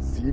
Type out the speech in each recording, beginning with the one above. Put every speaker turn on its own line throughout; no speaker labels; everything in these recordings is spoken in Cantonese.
時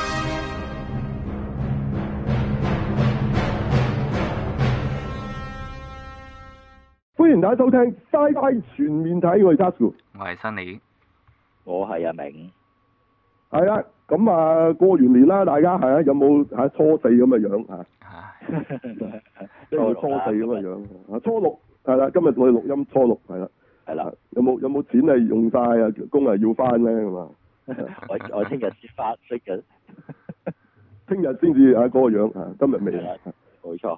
歡迎大家收聽《Sci-Fi 全面睇》，我係 Tasuku。
我係 Sunny，
我係阿明，
係啦，咁啊過完年啦，大家係啊，有冇嚇初四咁嘅樣啊？
唉，
即係初四咁嘅樣啊？初六係啦，今日我哋錄音初六係啦，
係
啊
啦，
有冇有冇錢係用晒啊？工係要翻咧咁啊？
我我聽日先發息嘅，
聽日先至啊嗰個樣啊，今日未
係
啊
啦。冇錯，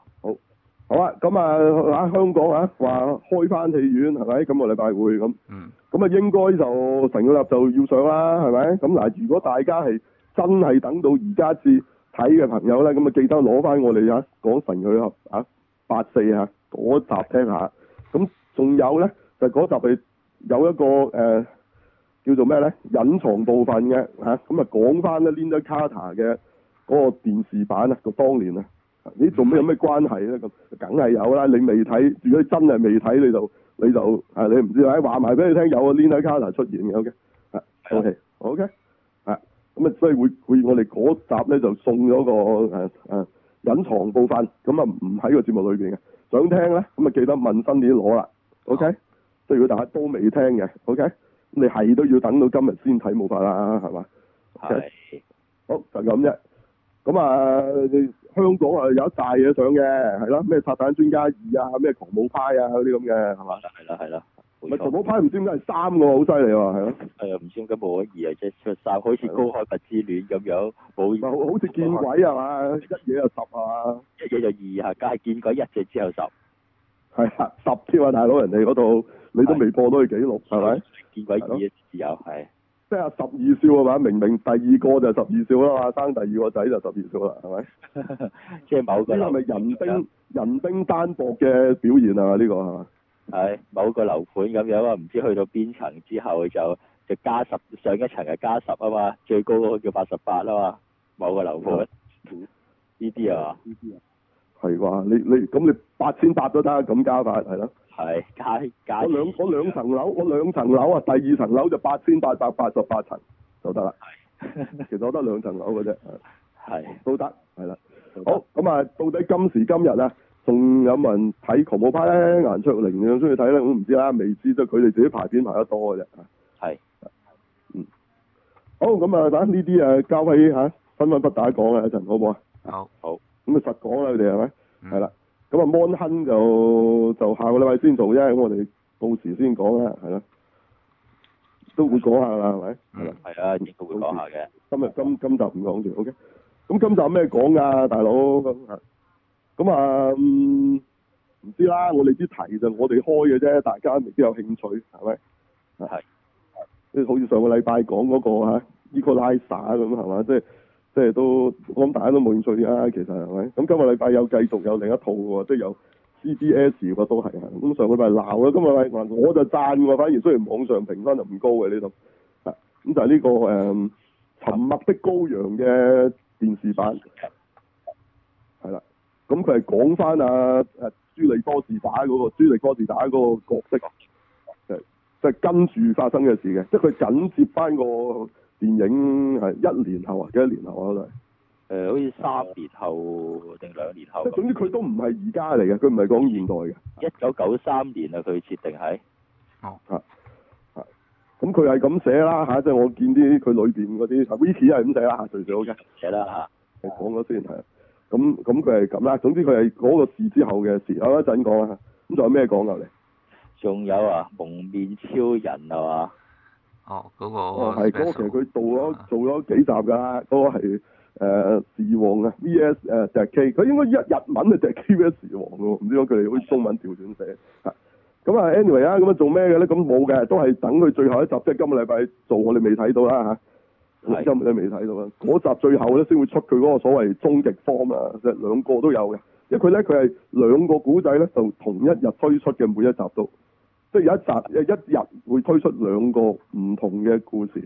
好啊，咁啊喺香港啊話開翻戲院係咪？今個禮拜會咁。
嗯，
咁啊，應該就成個立就要上啦，係咪？咁嗱，如果大家係真係等到而家至睇嘅朋友咧，咁啊記得攞翻我哋嚇講神佢合啊八四嚇嗰集聽下。咁仲有咧，就嗰集係有一個誒、呃叫做咩咧隱藏部分嘅嚇，咁啊講翻咧 Linda Carter 嘅嗰個電視版啊，個當年啊，咦做咩有咩關係咧？咁梗係有啦，你未睇，如果你真係未睇，你就〜你就啊，你唔知啊，話埋俾你聽有啊 Linda Carter 出現嘅，OK 啊
係啊
，OK OK 啊，咁啊，所以會會我哋嗰集咧就送咗個誒誒隱藏部分，咁啊唔喺個節目裏邊嘅，想聽咧咁啊記得問新年攞啦，OK，即係如果大家都未聽嘅，OK，咁你係都要等到今日先睇冇法啦， 係嘛？
係
好就咁啫。咁啊，香港啊有一大嘢上嘅，係啦，咩拆彈專家二啊，咩狂舞派啊嗰啲咁嘅，係嘛？
係啦係啦，
唔
冇
係
錯
淘，寶派唔知點解係三個喎，好犀利喎，係咯，
係啊，唔知點解冇可以啊，即係出三，好似高開物之戀咁樣，冇
唔係好好似見鬼啊係嘛，一嘢就十啊，
一嘢就二下，梗係見鬼一隻之後十，
係啊，十添啊，大佬，人哋嗰度你都未破到佢紀錄係咪？？
見鬼二之後係
即係啊十二少啊嘛，明明第二個就十二少啦嘛，生第二個仔就十二少啦，係咪？
即係某個
呢個係咪人丁人丁單薄嘅表現啊？呢個係嘛？
係某個樓盤咁樣啊，唔知去到邊層之後就就加十上一層就加十啊嘛，最高嗰個叫八十八啊嘛，某個樓
哦
盤呢啲啊
係啩？你你咁你八千八都得，咁加法係咯。
係加加
我兩我兩層樓，我兩層樓啊，第二層樓就八千八百八十八層就得啦。其實我得兩層樓嘅啫。係
係
都得，係啦。好，咁啊，到底今時今日啊，仲有冇人睇狂舞派咧？顏卓靈你中意睇咧？我唔知啦，未知都佢哋自己排片排得多嘅啫。
係
好，咁啊，等呢啲啊交俾嚇分分不打講啊，一陣好唔好啊？
好，
咁啊實講啦，佢哋係咪？
嗯
係啦，咁啊 Mon Hun 就就下個禮拜先做啫，咁我哋到時先講啦，係啦，都會講下啦，係咪？係啦
嗯，
係啊，應該會講下嘅。
今日今今集唔講住，OK。咁今集有咩講㗎，大佬咁啊？咁啊，嗯唔知啦。我哋啲題就我哋開嘅啫，大家未必有興趣，係咪？
係。
即係好似上個禮拜講嗰個嚇 Equalizer 咁係嘛，即係即係都我諗大家都冇興趣啦，其實係咪？咁今個禮拜有繼續有另一套喎，即係有 CBS 喎都係啊。咁上個禮拜鬧啦，今個禮拜我就讚喎，反而雖然網上評分就唔高嘅呢度，啊咁就係呢、個誒、嗯沉默的羔羊》嘅電視版，係啦。咁佢係講翻啊誒朱利多士打嗰、個朱利多士打嗰個角色。即係跟住發生嘅事嘅，即係佢緊接翻個電影係一年後啊，幾多年後啊都係，
誒，好似三年後定兩年後
即係總之佢都唔係而家嚟嘅，佢唔係講現代嘅，
一九九三年啊，佢設定係
咁佢係咁寫啦嚇，即係我見啲佢裏邊嗰啲 wiki 係咁寫啦嚇，最少嘅，
寫啦
係講咗先係，咁咁佢係咁啦，總之佢係嗰個事之後嘅事，啊我一陣講啦，咁仲有咩講啊你？
嚇，仲有啊，蒙面超人係嘛？
哦，嗰
哦，
個
係嗰個其實
special
佢做咗
啊
做咗幾集㗎啦，嗰、個係誒時王啊 V.S. 誒就係 K，佢應該一日文啊就係 K V.S. 時王喎，唔知點解佢哋好似中文調轉寫啊咁啊，anyway 啊，咁啊做咩嘅咧？咁冇嘅，都係等佢最後一集，即係今個禮拜做，我哋未睇到啦嚇。
係
今日都未睇到啦，嗰集最後咧先會出佢嗰個所謂終極 form 啊啊，即係兩個都有嘅，因為佢咧佢係兩個古仔咧就同一日推出嘅每一集都，即係有一集一日會推出兩個唔同嘅故事，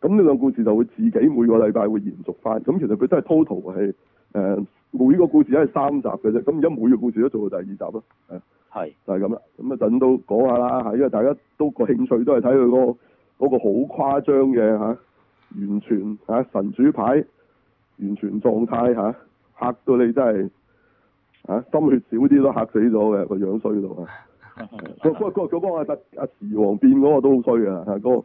咁呢兩個故事就會自己每個禮拜會延續翻，咁其實佢真係 total 係誒、呃每個故事都係三集嘅啫，咁而家每個故事都做到第二集咯，係啊
係
就係咁啦，咁啊陣都講下啦嚇，因為大家都個興趣都係睇佢嗰個嗰個好誇張嘅嚇、完全嚇、神主牌，完全狀態嚇、嚇到你真係嚇、心血少啲都嚇死咗嘅個樣衰到啊！ 嗰嗰嗰嗰個阿阿阿時王變嗰個都好衰嘅嚇，嗰、個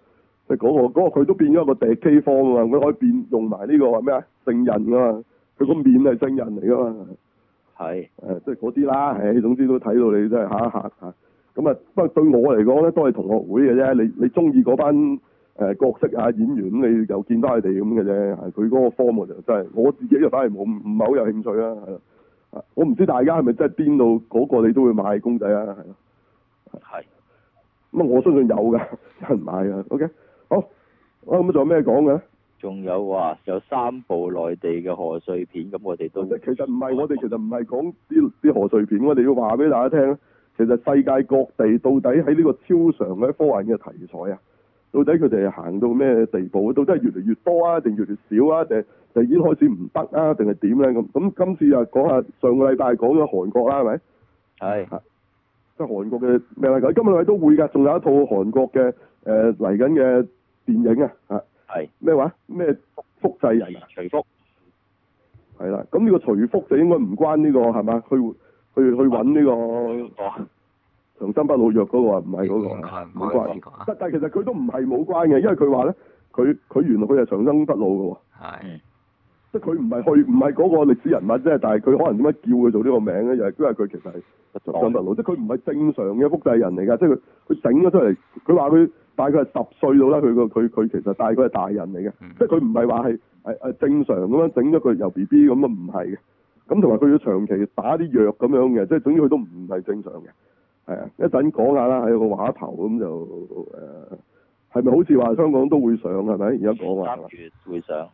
即係嗰個嗰個佢都變咗一個地基方啊嘛，佢可以變用埋呢個話咩啊聖人噶嘛，佢個面係聖人嚟噶嘛。
係
誒，呃即係嗰啲啦，誒，總之都睇到你真係嚇一嚇嚇。咁啊，不過對我嚟講咧，都係同學會嘅啫。你你中意嗰班誒、角色啊演員，你又見翻佢哋咁嘅啫。係佢嗰個科目就真係，我自己就反而冇唔唔係好有興趣啦。係咯啊我唔知大家係咪真係邊度嗰個你都會買公仔啊？係咯，
係
咁啊我相信有㗎，有人買㗎。OK，好，啊咁仲有咩講嘅咧？
仲有話有三部內地嘅賀歲片，咁我哋都
即係其實唔係我哋，其實唔係講啲啲賀歲片，我哋要話俾大家聽咧，其實世界各地到底喺呢個超常嘅科幻嘅題材啊，到底佢哋係行到咩地步？到底係越嚟越多啊，定越嚟越少啊？定定已經開始唔得啊？定係點咧？咁咁今次又講下上個禮拜講咗韓國啦，係咪？
係
即係韓國嘅咩嚟講？今個禮拜都會㗎，仲有一套韓國嘅誒嚟緊嘅電影啊，啊
係
咩話咩複製人啊？
徐福
係啦，咁呢個徐福就應該唔關呢、個係嘛？去去去揾呢個
哦
長生不老藥嗰個啊，唔係嗰個啊，
唔
冇
關唔關
關
呢個啊。
但但其實佢都唔係冇關嘅，因為佢話咧，佢佢原來佢係長生不老嘅喎，
係
即係佢唔係去唔係嗰個歷史人物啫，但係佢可能點解叫佢做呢個名咧？又係因為佢其實係長
哦
生不老，即係佢唔係正常嘅複製人嚟㗎，即係佢佢整咗出嚟，佢話佢大概係十歲到啦，佢個佢佢其實大概係大人嚟嘅。
嗯
即係佢唔係話係係係正常咁樣整咗佢由 B B 咁啊，唔係嘅。咁同埋佢要長期打啲藥咁樣嘅，即係總之佢都唔係正常嘅。係啊，一陣講下啦，喺個畫頭咁就誒，係、咪好似話香港都會上係咪？而家講話
三月會上，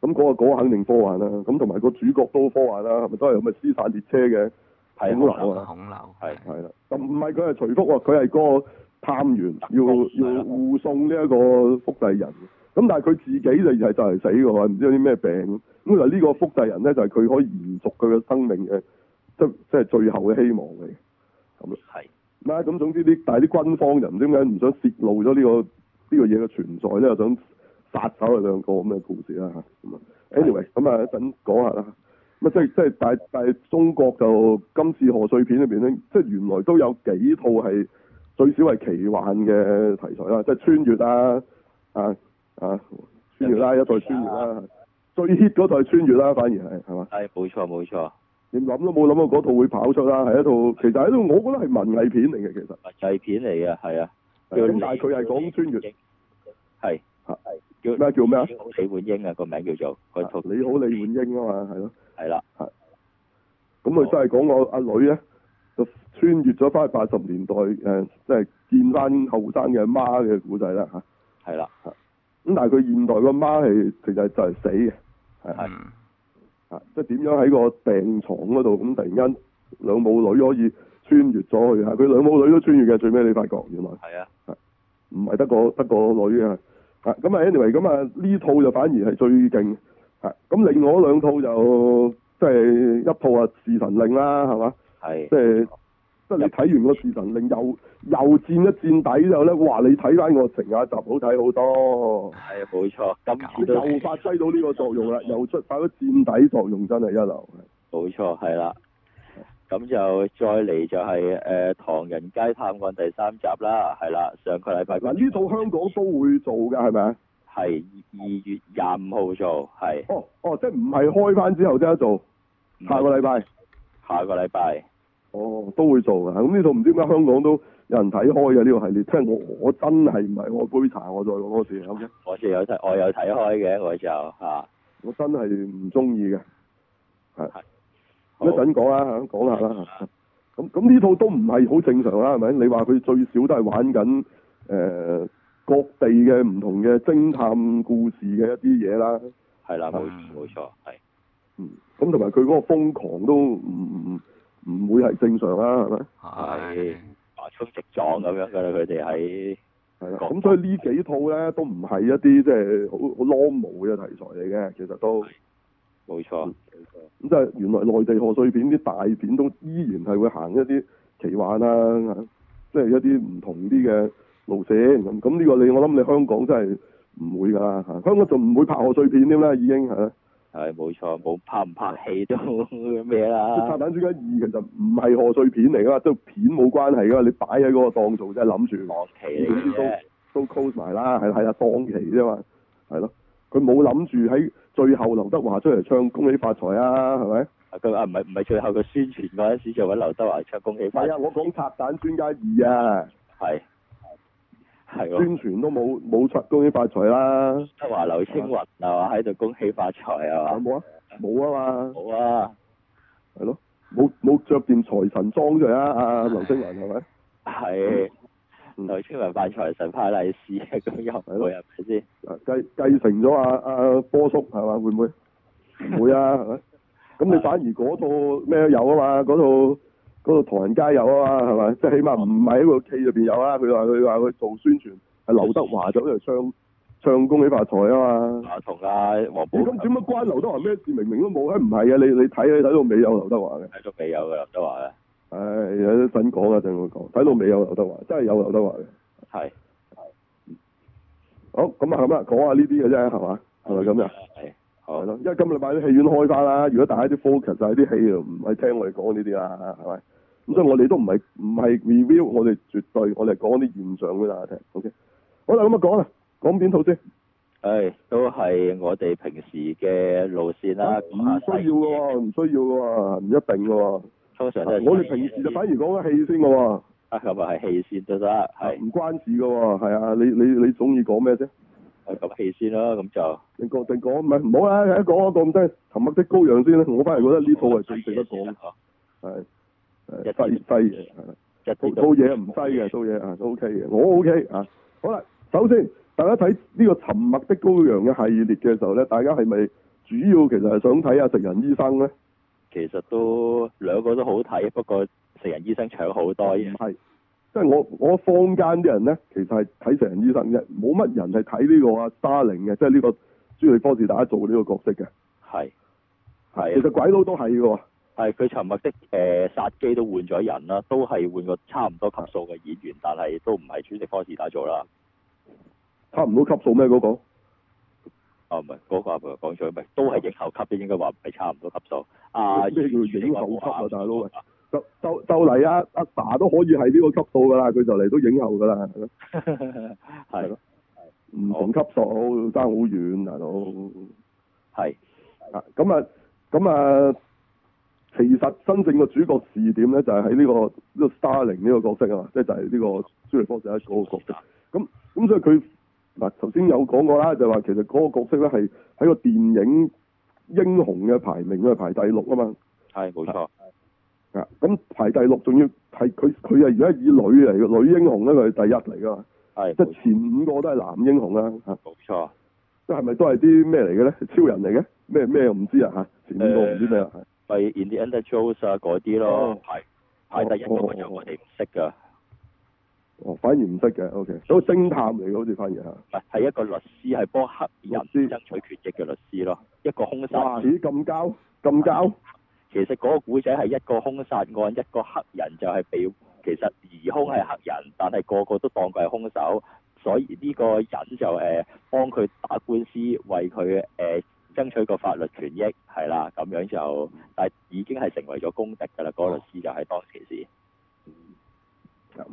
咁嗰個嗰肯定科幻啦，咁同埋個主角都科幻啦，係咪都係咁嘅屍殺列車嘅？
係
恐龍
好
啊
孔流
係
係啦，就唔係佢係徐福喎，佢係個探員，要要護送呢一個複製人。咁但係佢自己就係就嚟死嘅喎，唔知有啲咩病。咁就呢個複製人咧，就係、佢可以延續佢嘅生命嘅，即即係最後嘅希望嚟嘅。
係
唔係咁總之啲，但係啲軍方就唔知點解唔想泄露咗呢、個呢、個嘢嘅存在咧，又想殺走佢兩個咁嘅故事啦嚇。咁啊，anyway，咁啊一陣講下啦。咁啊，即係即係，但係但係中國就今次賀歲片裏邊咧，即係原來都有幾套係最少係奇幻嘅題材啦，即係穿越啊啊啊穿越啦，一代穿越啦，最 hit 嗰代穿越啦，反而係係嘛？
係冇錯冇錯，
你諗都冇諗過嗰套會跑出啦，係一套其實係一套我覺得係文藝片嚟嘅，其實。
文藝啊片嚟嘅係啊，
咁但係佢係講穿越，
係
嚇
係叫
咩叫咩啊？
李焕英啊個名叫做嗰套
你好李煥英啊嘛，係咯。
係啦
咁佢真係講個阿女咧，就穿越咗翻去八十年代誒，呃即係見翻後生嘅媽嘅古仔啦嚇。
係啦
咁但係佢現代個媽係其實就係死嘅，係
嗯
啊，即係點樣喺個病床嗰度咁突然間兩母女可以穿越咗去嚇，佢兩母女都穿越嘅，最尾你發覺原來。
係啊
唔係得個得個女啊。啊，咁啊，anyway，咁啊呢套就反而係最勁。啊，咁另外兩套就即係一套啊《侍神令》啦，係嘛？
係
即係即係你睇完個《侍神令》又又戰一戰底之後咧，哇！你睇翻個成雅集好睇好多，
係啊冇錯，今次都
又發揮到呢個作用啦，又出發咗戰底作用，真係一流。
冇錯，係啦。咁就再嚟就係、誒、唐人街探案》第三集啦，係啦，上個禮拜
嗱，呢套香港都會做㗎，係咪啊？
係二二月廿五號做，係
哦哦，即係唔係開翻之後即刻做，下個禮拜。
嗯下個禮拜
哦，都會做嘅。咁呢度唔知點解香港都有人睇開嘅呢個系列。即係我我真係唔係我杯茶，我再講多次。OK，
我就有睇，我有睇開嘅，我就嚇、啊
我真係唔中意嘅。係
係
一陣講啦，嚇講下啦。嚇咁咁呢套都唔係好正常啊啦，係咪？你話佢最少都係玩緊誒、呃各地嘅唔同嘅偵探故事嘅一啲嘢啦。
係啦，冇
嗯
冇錯，係
嗯，咁同埋佢嗰個瘋狂都唔唔唔唔會係正常啊啦，係咪？
係橫衝直撞咁樣㗎啦，佢哋喺
係啦，
各
咁所以呢幾套咧都唔係一啲即係好好 normal 嘅題材嚟嘅，其實都
冇錯，
咁即係原來內地賀歲片啲大片都依然係會行一啲奇幻啊，即係一啲唔同啲嘅路線咁。咁呢個你我諗你香港真係唔會㗎啦，嚇香港就唔會拍賀歲片添啦，已經係啦。
係冇錯，冇拍唔拍戲都 咩
即係《拆
啦，
彈專家二》其實唔係賀歲片嚟㗎嘛，都片冇關係㗎嘛，你擺喺嗰個檔做真係諗住。
檔期嚟嘅啫，
都 close 埋啦，係係啊，當期啫嘛，係咯，佢冇諗住喺最後劉德華出嚟唱恭喜發財啊，係咪？
啊佢啊唔係唔係最後佢宣傳嗰陣時就揾劉德華唱恭喜
唔
發
係
財
啊，我講拆彈專家二啊，
係係喎，劉
宣傳都冇冇出恭喜發財啦，
德華劉青雲係嘛喺度恭喜發財
有
係嘛，
冇啊？冇啊嘛，
好啊，
係咯，冇冇著件財神裝出嚟啊！阿劉青雲係咪？
係
嗯
劉青雲發財神派利是啊，咁又唔會係咪先？
啊繼繼承咗阿阿波叔係嘛？會唔會？唔會啊，係咪？咁你反而嗰套咩有啊嘛？嗰套嗰套唐人街有啊嘛，係咪？即係起碼唔係喺個劇入邊有啊。佢話佢話佢做宣傳係劉德華走嚟唱唱恭喜發財啊嘛。
啊，同阿黃寶
咦咁點解關劉德華咩事？明明都冇啊！唔係啊，你你睇你睇到尾有劉德華嘅。
睇到未有嘅劉德華啊咧，
唉，有啲新講啊，陣會講。睇到尾有劉德華，真係有劉德華嘅。
係
好，咁啊咁啊，講下呢啲嘅啫，係嘛？係咪咁啊？？
係好
係，咯，因為今個禮拜啲戲院開翻啦，如果大家啲 focus 就喺啲戲度，唔係聽我哋講呢啲啦，係咪？咁所以我哋都唔係唔係 review，我哋絕對我哋講啲現象俾大家聽。OK，好啦，咁啊講啦，講邊套先？
誒，都係我哋平時嘅路線啦。
啊唔需要嘅喎，唔需要嘅喎，唔一定嘅喎。啊
通常都係
我哋平時就反而講緊戲先嘅喎，
啊，咁啊係戲先都得，係
唔關事嘅喎，係啊，你你你中意講咩啫？
啊咁戲先啦，咁就
你講定講唔係唔好啦，一講一個咁多沉默的羔羊先啦。我反而覺得呢套係最值得講，係係
一啲
西西嘅，係啦。
啊一
套
啲
套嘢唔低嘅，套嘢啊都 OK 嘅，我 OK 啊。好啦，首先大家睇呢個《沉默的羔羊》嘅系列嘅時候咧，大家係咪主要其實係想睇下食人醫生咧？
其實都兩個都好睇，不過成人醫生搶好多
唔
嘢，
係，即係我我坊間啲人咧，其實係睇食人醫生啫，冇乜人係睇呢個啊 Starling 嘅，即係呢個朱利科士打做呢個角色嘅。
係
其
係啊
實鬼佬都係嘅喎，
係佢沉默的誒殺機都換咗人啦，都係換個差唔多級數嘅演員，但係都唔係主席科士打做啦。
差唔多級數咩嗰、個？
啊，唔係嗰個阿婆講咗，唔係都係影后級啫，應該話唔係差唔多級數。 啊，
咩叫影后級啊，大佬喂！就就就嚟啊！阿 Sa 都可以係呢個級數㗎啦，佢就嚟到影后㗎啦。係
係
咯唔同級數，爭好遠，大佬。
係
啊，咁啊，咁啊，其實真正嘅主角視點咧，就係喺呢個呢、個 Starling 呢個角色啊嘛，即係就係呢個朱利科士一嗰個角色。咁咁所以佢嗱頭先有講過啦，就話其實嗰個角色咧係喺個電影英雄嘅排名咧排第六啊嘛。
係冇錯，
啊，咁排第六仲要係佢佢係而家以女嚟嘅女英雄咧，佢係第一嚟噶嘛，
係
即
冇
係前五個都係男英雄啦嚇。
冇錯。
即係咪都係啲咩嚟嘅咧？ 超人嚟嘅咩咩我唔知啊嚇，前面個
誒
唔知咩啊，係
咪 Indiana Jones 啊嗰啲咯
哦，
排排第一嗰個就我哋唔識㗎，
哦反而唔識嘅，OK，都偵探嚟嘅好似反而嚇，
唔係係一個律師，係幫黑人
律師
爭取權益嘅律師咯，一個兇殺
哇咦咁交咁交，
其實嗰個古仔係一個兇殺案，一個黑人就係被其實疑兇係黑人，但係個個都當佢係兇手，所以呢個人就誒、呃、幫佢打官司，為佢誒、呃、爭取個法律權益，係啦，咁樣就但係已經係成為咗公敵㗎啦，嗰、個律師就係當其時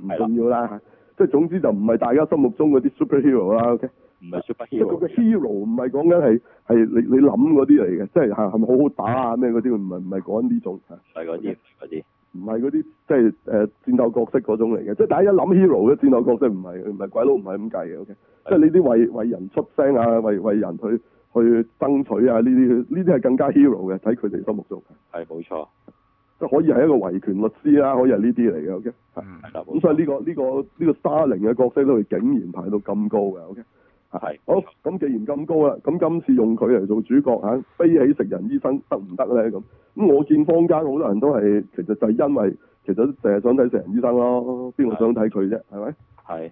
唔重要啦嚇，即係總之就唔係大家心目中嗰啲 superhero 啦，OK，
唔係
即係佢個
superhero，
hero 唔係講緊係係你你諗嗰啲嚟嘅，即係係係咪好好打啊咩嗰啲，唔係唔係講緊呢種嚇。
唔係嗰啲，唔係嗰啲，
唔係嗰啲即係誒、呃、戰鬥角色嗰種嚟嘅，即係大家一諗 hero 嘅戰鬥角色唔係唔係鬼佬唔係咁計嘅，OK，即係呢啲為為人出聲啊，為為人去去爭取啊，呢啲呢啲係更加 hero 嘅，喺佢哋心目中，
係冇錯，
即係可以係一個維權律師啊啦，可以係呢啲嚟嘅，OK，
Ừ,
係啦，冇
咁所以
錯，
呢、個呢、個呢、個 Starling 嘅角色都竟然排到咁高嘅，OK，啊
係
好，咁既然咁高啦，咁今次用佢嚟做主角嚇，飛起食人醫生得唔得咧？咁咁我見坊間好多人都係其實就係因為其實成日想睇食人醫生咯，邊個想睇佢啫？係咪？
係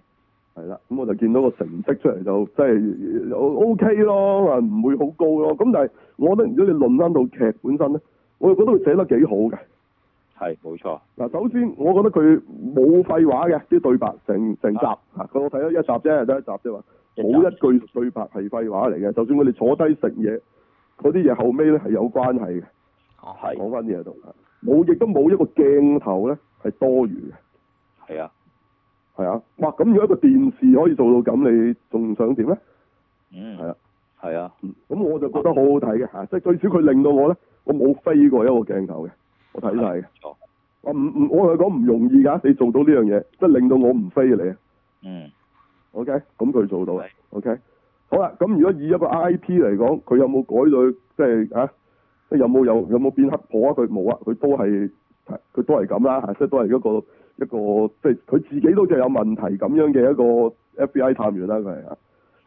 係啦，咁我就見到個成績出嚟就即係 O K 咯，話唔會好高咯。咁但係我覺得如果你論翻到劇本身咧，我又覺得佢寫得幾好嘅。
係冇錯，
嗱，首先我覺得佢冇廢話嘅啲對白，成成集
啊
嚇，佢我睇咗一集啫，得一集啫嘛，
一集
冇一句對白係廢話嚟嘅。就算我哋坐低食嘢，嗰啲嘢後尾咧係有關係嘅。
哦，
係
講翻啲嘢度，冇亦都冇一個鏡頭咧係多餘
係啊，
嘅，係啊。哇！咁如果一個電視可以做到咁，你仲想點咧？
嗯，
係啊，
係啊，
咁我就覺得好好睇嘅啊嚇，即係最少佢令到我咧，我冇飛過一個鏡頭嘅，我睇晒嘅。
冇錯，
我唔唔，我同你講唔容易㗎，你做到呢樣嘢，即係令到我唔飛你啊。
嗯，
OK，咁佢做到啦
係。
OK，好啦，咁如果以一個 IP 嚟講，佢有冇改到即係啊？即係有冇有有冇變黑婆啊？佢冇啊，佢都係佢都係咁啦，嚇即係都係一個一個即係佢自己都就有問題咁樣嘅一個 FBI 探員啦，佢係啊，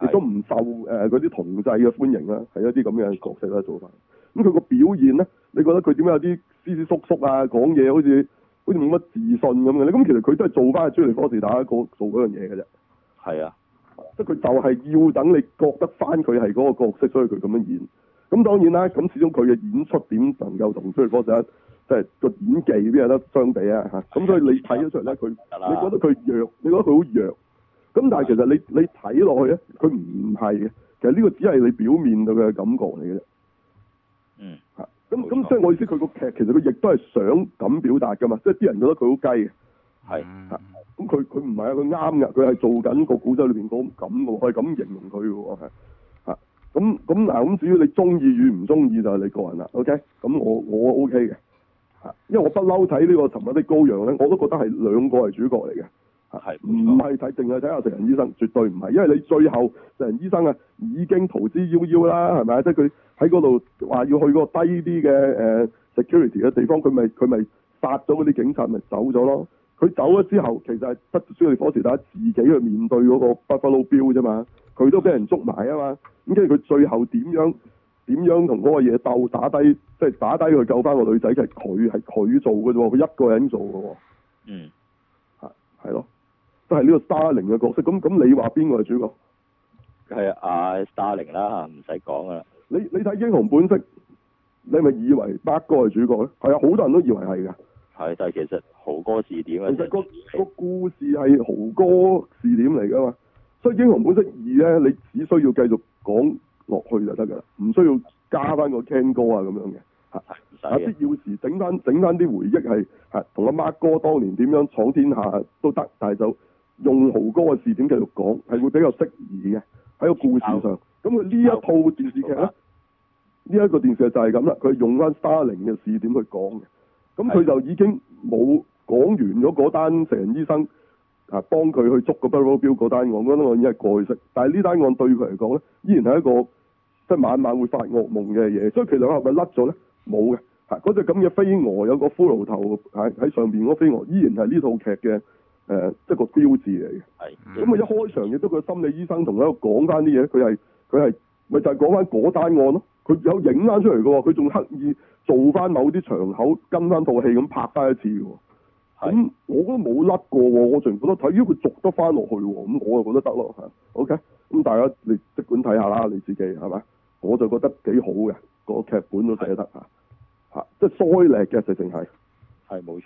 亦
係
都唔受誒嗰啲同濟嘅歡迎啦，係一啲咁嘅角色啦做法。咁佢個表現咧，你覺得佢點解有啲斯斯縮縮啊？講嘢好似好似冇乜自信咁嘅咧？咁其實佢都係做翻朱利科士打嗰做嗰樣嘢嘅啫。
係啊，
即係佢就係要等你覺得翻佢係嗰個角色，所以佢咁樣演。咁當然啦，咁始終佢嘅演出點能夠同追嗰陣，即係個演技邊有得相比啊嚇。咁所以你睇咗出嚟咧，佢
得啦，
你覺得佢弱，你覺得佢好弱。咁但係其實你你睇落去咧，佢唔係嘅。其實呢個只係你表面對佢嘅感覺嚟嘅啫。
嗯，
嚇咁
冇
咁
錯
即係我意思，佢個劇其實佢亦都係想咁表達噶嘛。即係啲人覺得佢好雞嘅。
係
嗯
係咁佢佢唔係啊，佢啱㗎，佢係做緊個古仔裏邊嗰咁嘅喎，係咁形容佢嘅喎，係嚇咁咁嗱，咁至於你中意與唔中意就係你個人啦，OK？咁我我 OK 嘅嚇，因為我不嬲睇呢個《尋日的羔羊》咧，我都覺得係兩個係主角嚟嘅。
係
唔
冇錯，
係睇，淨係睇下食人醫生，絕對唔係，因為你最後食人醫生啊已經逃之夭夭啦，係咪啊？即係佢喺嗰度話要去嗰個低啲嘅誒 security 嘅地方，佢咪佢咪殺咗嗰啲警察，咪走咗咯。佢走咗之後，其實係得朱利火士打自己去面對嗰個 Buffalo Bill 啫嘛，佢都俾人捉埋啊嘛。咁跟住佢最後點樣點樣同嗰個嘢鬥打低，即係打低佢救翻個女仔，其實佢係佢做嘅啫喎，佢一個人做嘅喎。
嗯，
係係咯，都係呢個 Starling 嘅角色。咁咁你話邊個係主角？
係啊，Starling 啦，唔使講噶啦，
你你睇英雄本色，你咪以為北哥係主角咧？係啊，好多人都以為係㗎。
係，但係其實豪哥是點啊？
其實個個故事係豪哥視點嚟㗎嘛。所以英雄本色二咧，你只需要繼續講落去就得㗎啦，唔需要加翻個 Ken 哥啊咁樣嘅。
係唔使
啊！必
嘅，
要時整翻整翻啲回憶係係同阿 Mark 哥當年點樣闖天下都得，但係就用豪哥嘅視點繼續講，係會比較適宜嘅喺個故事上。咁佢呢一套電視劇啊咧，呢一個電視劇就係咁啦，佢用翻 Starling 嘅視點去講嘅。咁佢
係
就已經冇講完咗嗰單成人醫生啊幫佢去捉個 Barrow Bill 嗰單案，嗰單案已經係過去式，但係呢單案對佢嚟講咧，依然係一個即係晚晚會發噩夢嘅嘢，所以其實佢係咪甩咗咧？冇嘅，嚇嗰隻咁嘅飛蛾有個骷髏頭喺喺上邊嗰個飛蛾，依然係呢套劇嘅誒、呃即係個標誌嚟嘅。
係，
咁啊一開場亦都佢心理醫生同佢喺度講翻啲嘢，佢係佢係咪就係講翻嗰單案咯？佢有影翻出嚟嘅喎，佢仲刻意做翻某啲場口跟翻套戲咁拍翻一次嘅喎。
係
咁我覺得冇甩過喎，我仲覺得睇，咦佢續得翻落去喎，咁我就覺得得咯嚇。OK，咁大家你即管睇下啦，你自己係咪？我就覺得幾好嘅，個劇本都寫得嚇嚇，即係衰力嘅直情係
係冇錯，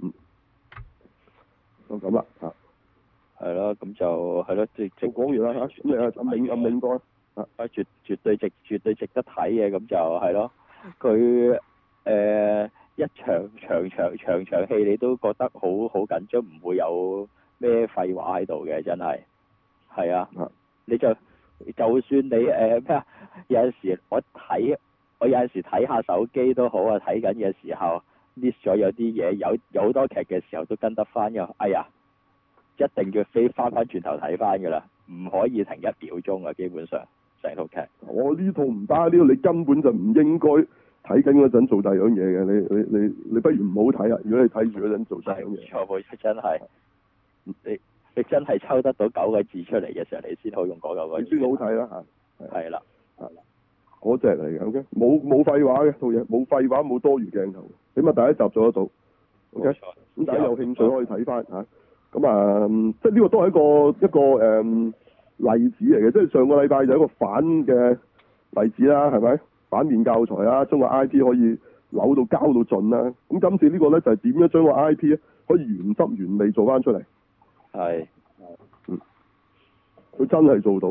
就哦咁啦嚇。
係咯，咁就係咯，即即
我講完啦嚇，咁你啊阿銘阿銘講啊
啊，絕絕對值絕對值得睇嘅，咁就係咯。佢誒、呃一場場場場場戲，你都覺得好好緊張，唔會有咩廢話喺度嘅，真係係啊
啊！
你就就算你誒咩啊，有陣時我睇我有陣時睇下手機都好啊，睇緊嘅時候 miss 咗有啲嘢，有有好多劇嘅時候都跟得翻嘅，哎呀！一定要飛翻翻轉頭睇翻㗎啦，唔可以停一秒鐘啊！基本上成套劇
我呢套唔得，呢套你根本就唔應該睇緊嗰陣做第二樣嘢嘅，你你你你不如唔好睇啊！如果你睇住嗰陣做第二樣嘢，
錯冇錯真係你你真係抽得到九個字出嚟嘅時候，你先好用嗰九個字。
先好睇啊啦嚇，
係啦，
嗰只嚟嘅，OK，冇冇廢話嘅套嘢，冇廢話，冇多餘鏡頭，起碼第一集做得到，OK
冇。錯。
咁大家有興趣可以睇翻嚇。咁啊，嗯即係呢個都係一個一個誒、嗯例子嚟嘅，即係上個禮拜就一個反嘅例子啦，係咪？反面教材啦，將個 I P 可以扭到交到盡啦。咁今次呢個咧就係點樣將個 I P 咧可以原汁原味做翻出嚟，
係
佢真係做到。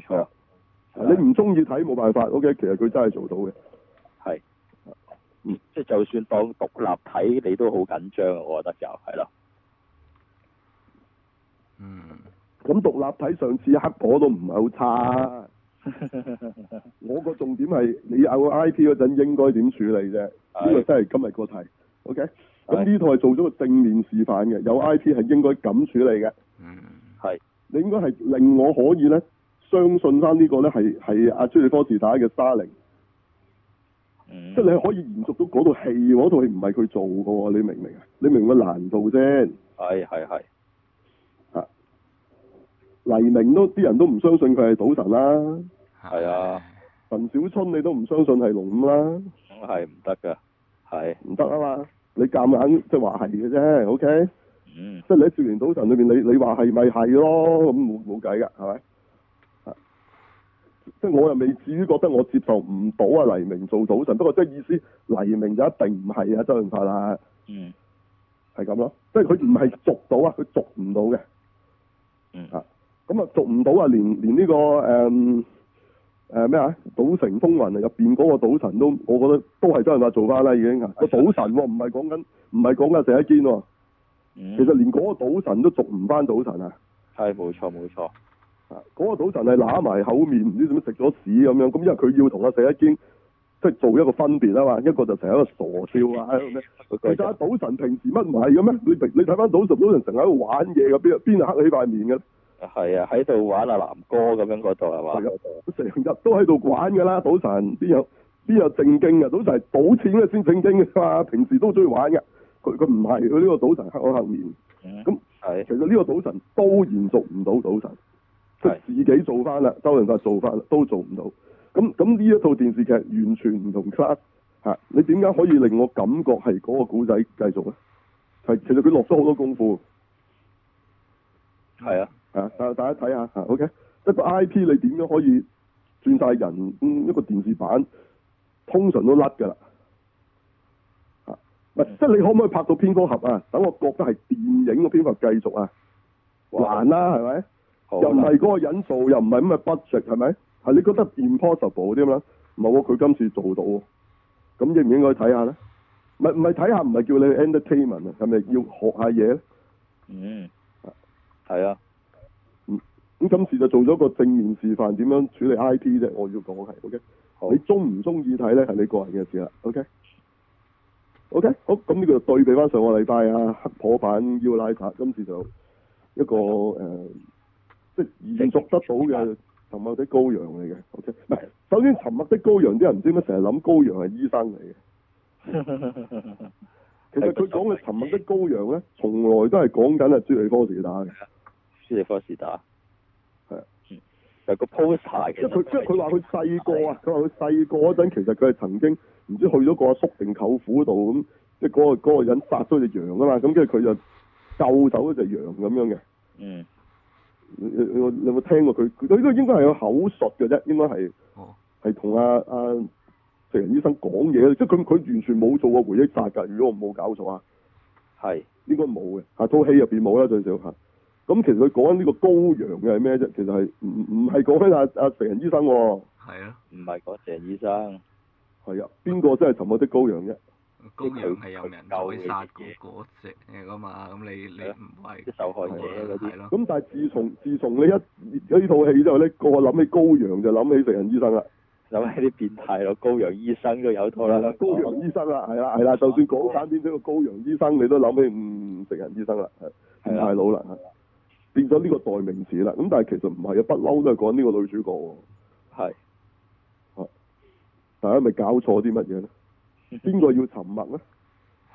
係
錯
啊。你唔中意睇冇辦法，OK，其實佢真係做到嘅。
係
嗯，
即係就算當獨立睇，你都好緊張啊！我覺得就係咯，
嗯，
咁獨立睇上次黑婆都唔係好差。我個重點係你有 I P 嗰陣應該點處理啫。呢個
係
真係今日個題。OK，咁呢套係做咗個正面示範嘅，有 I P 係應該咁處理嘅。
嗯，
你應該係令我可以咧相信翻呢個咧係係阿朱利科士打嘅沙靈，
嗯
即係你係可以延續到嗰套戲喎，嗰套戲唔係佢做嘅喎，你明唔明啊？你明唔明個難度先？
嗯係係係
黎明都啲人都唔相信佢係賭神啦，
係啊，
陳小春你都唔相信係龍五啦，
咁係唔得㗎，係
唔得啊嘛！你夾硬即係話係嘅啫，OK？
嗯
即係你喺少年賭神裏邊，你你話係咪係咯？咁冇冇計噶，係咪？啊即係我又未至於覺得我接受唔到啊黎明做賭神，不過即係意思黎明就一定唔係啊周潤發啦，
嗯
係咁咯。即係佢唔係捉到啊，佢捉唔到嘅。
嗯
啊咁啊捉唔到啊，連連呢、個誒嗯誒咩啊《賭城風雲》入邊嗰個賭神都，我覺得都係周潤發做翻啦已經啊。個賭神喎、唔係講緊唔係講緊石一堅喎、
嗯，
其實連嗰個賭神都捉唔翻賭神啊！
係冇錯冇錯，
啊！嗰個賭神係揦埋口面，唔知點樣食咗屎咁樣。咁因為佢要同阿石一堅即係做一個分別啊嘛，一個就成日一個傻笑啊喺度咩。其
嗰個
實阿賭神平時乜唔係嘅咩？你平你睇翻賭神，賭神成日喺度玩嘢嘅，邊邊係黑你塊面嘅咧？
係啊，喺度玩啊南哥咁樣嗰度係嘛？
係佢成日都喺度玩㗎啦，賭神邊有邊有正經嘅？賭神係賭錢嘅先正經㗎嘛，平時都中意玩嘅。佢佢唔係，佢呢個賭神黑我黑面。
嗯
咁
係
其實呢個賭神都延續唔到賭神，即係
係
自己做翻啦，周潤發做翻啦，都做唔到。咁咁呢一套電視劇完全唔同 class 嚇、你點解可以令我感覺係嗰個古仔繼續咧？係其實佢落咗好多功夫
係啊，
啊！大大家睇下嚇，OK，一個 IP 你點樣可以轉晒人、嗯一個電視版通常都甩㗎啦嚇，唔、係即係你可唔可以拍到蝙蝠俠啊？等我覺得係電影個蝙蝠俠繼續啊，難啦係咪？
好
又唔
啦
係嗰個人做，又唔係咁嘅 budget，係咪？係你覺得 impossible 啲咁啦？唔係喎，佢今次做到喎，咁應唔應該睇下咧？唔係唔係睇下，唔係叫你 entertainment 啊，係咪要學下嘢咧？
嗯係 啊，
嗯咁今次就做咗個正面示範，點樣處理 IP 啫？我要講係，OK
好。
你中唔中意睇咧，係你個人嘅事啦，OK。OK，好，咁呢個就對比翻上個禮拜啊，黑婆版要拉塔，今次就一個誒、呃即係延續得到嘅沉默的羔羊嚟嘅。OK，唔係，首先沉默的羔羊啲人唔知點解成日諗羔羊係醫生嚟嘅，其實佢講嘅沉默的羔羊咧，從來都係講緊係朱利科士打嘅。
斯利科士打
係啊
嗯有個 poster 其
即係
實
佢，即係佢話佢細個啊，佢話佢細個嗰陣，其實佢係曾經唔知去咗個阿叔定舅父度咁，即係嗰個嗰個人殺咗隻羊啊嘛，咁跟住佢就救走咗隻羊咁樣嘅。
嗯
你你你有你有冇聽過佢？佢呢個應該係有口述嘅啫，應該係
哦，
係同阿阿成人醫生講嘢，即係佢佢完全冇做過回憶殺㗎。如果我冇搞錯啊，
係
應該冇嘅。嚇套戲入邊冇啦，最少嚇。咁其實佢講緊呢個羔羊嘅係咩啫？其實係唔唔唔係講緊阿阿成人醫生喎、
係咯，
唔係嗰鄭醫生？
係啊，邊個真係沉默的羔羊啫？
羔羊係有人宰殺嗰嗰只嚟噶嘛，咁你你唔係
啲受害者嗰啲
係咯，
咁但係啊自從自從呢一呢套戲之後咧，個個諗起羔羊就諗起成人醫生啦，
諗起啲變態咯，高陽醫生都有套啦，哦
羔羊醫生啦，係啦係啦，就算港產片都有羔羊醫生，你都諗起嗯成人醫生啦，係變態佬啦，係變咗呢個代名詞啦。咁但係其實唔係啊，不嬲都係講呢個女主角喎。
係
大家咪搞錯啲乜嘢咧？邊個要沉默咧？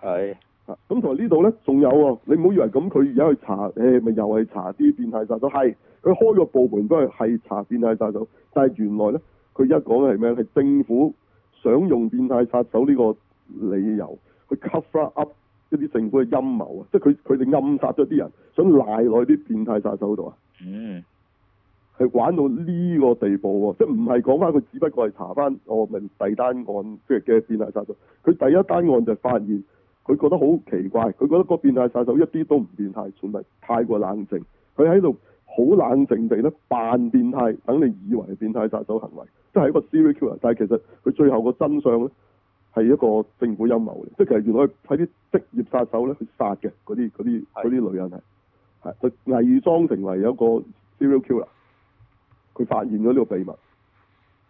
係
啊咁同埋呢度咧仲有喎，你唔好以為咁佢而家去查，誒咪又係查啲變態殺手，係佢開個部門幫佢係查變態殺手，但係原來咧佢而家講嘅係咩咧？係政府想用變態殺手呢個理由去 cover up 一啲政府嘅陰謀啊，即係佢佢哋暗殺咗啲人，想賴落去啲變態殺手度啊。
嗯，
係玩到呢個地步喎，即係唔係講翻佢，只不過係查翻我咪第單案即係嘅變態殺手。佢第一單案就發現佢覺得好奇怪，佢覺得個變態殺手一啲都唔變態，算係太過冷靜。佢喺度好冷靜地咧扮變態，等你以為係變態殺手行為，即係一個 serial killer。但係其實佢最後個真相咧係一個政府陰謀嚟，即係其實原來佢係啲職業殺手咧去殺嘅嗰啲嗰啲嗰啲女人係係佢偽裝成為有一個 serial killer。佢發現咗呢個秘密。咁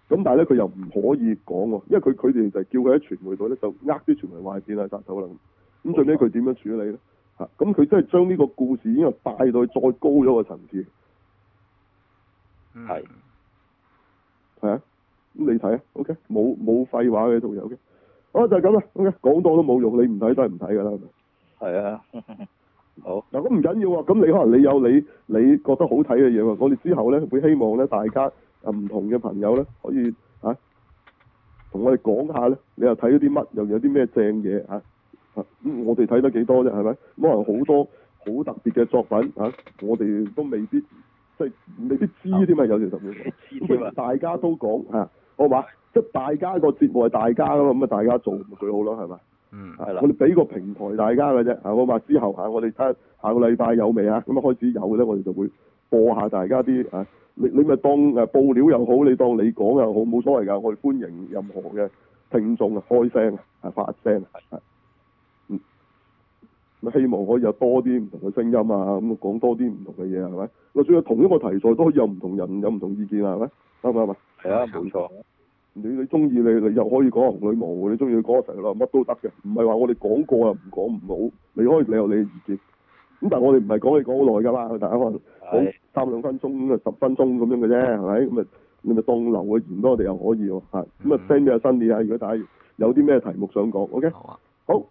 但係咧，佢又唔可以講喎，因為佢佢哋就叫佢喺傳媒度咧，就呃啲傳媒話係變態殺手啦。咁最尾佢點樣處理咧？嚇、咁佢真係將呢個故事已經係帶到去再高咗個層次，
嗯
係
係啊。咁你睇啊，OK，冇冇廢話嘅套嘢，OK。好就係咁啦，OK，講多都冇用，你唔睇都係唔睇㗎啦。係咪
係啊， 好，
嗱，咁唔緊要喎，咁你可能你有你你覺得好睇嘅嘢喎，我哋之後咧會希望咧大家啊唔同嘅朋友咧可以啊同我哋講下咧，你又睇咗啲乜，又有啲咩正嘢啊？啊咁我哋睇得幾多啫，係咪？咁可能好多好特別嘅作品啊，我哋都未必即係未必知添啊，有時甚至乎。咁
知
不
添
如
啊，
大家都講嚇，好嘛？即係大家個節目係大家噶嘛，咁啊大家做咪最好咯，係咪？
嗯
啊
係啦
我哋俾個平台大家嘅啫，啊，我話之後嚇，我哋睇下下個禮拜有未啊？咁啊開始有咧，我哋就會播下大家啲啊，你你咪當誒報料又好，你當你講又好，冇所謂㗎，我哋歡迎任何嘅聽眾啊，開聲啊，啊發聲啊，啊嗯，咁希望可以有多啲唔同嘅聲音啊，咁講多啲唔同嘅嘢係咪？就算係同一個題材都可以有唔同人有唔同意見啊，係咪？啱唔啱啊？
係啊，冇錯，
你你中意你你又可以講紅女巫，你中意講成咯乜都得嘅，唔係話我哋講過啊唔講唔好，你可以你有你嘅意見。咁但係我哋唔係講你講好耐㗎嘛，大家可能
係
講三兩分鐘咁啊，十分鐘咁樣嘅啫，係咪？咁啊，你咪當留個言俾我哋又可以喎，嚇。咁啊
嗯
send 俾阿新啲啊，如果大家有啲咩題目想講，OK，
好啊，
好。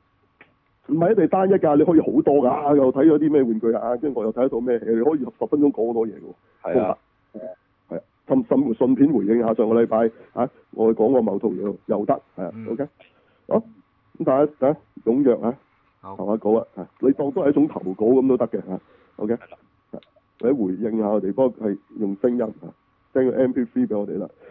唔係一定單一㗎，你可以好多㗎，啊又睇咗啲咩玩具啊，跟住我又睇得到咩戲，你可以十分鐘講好多嘢㗎喎。
係啊，
係啊，甚甚乎順便回應下上個禮拜啊，我哋講過某套嘢又得，係啊、
嗯
o k 好，咁大家啊踴躍啊，
好
投下稿啊，啊你當都係一種投稿咁都得嘅嚇，OK，
係啦
啊啊或者回應下我哋，不過係用聲音啊，send 個 MP3 俾我哋啦。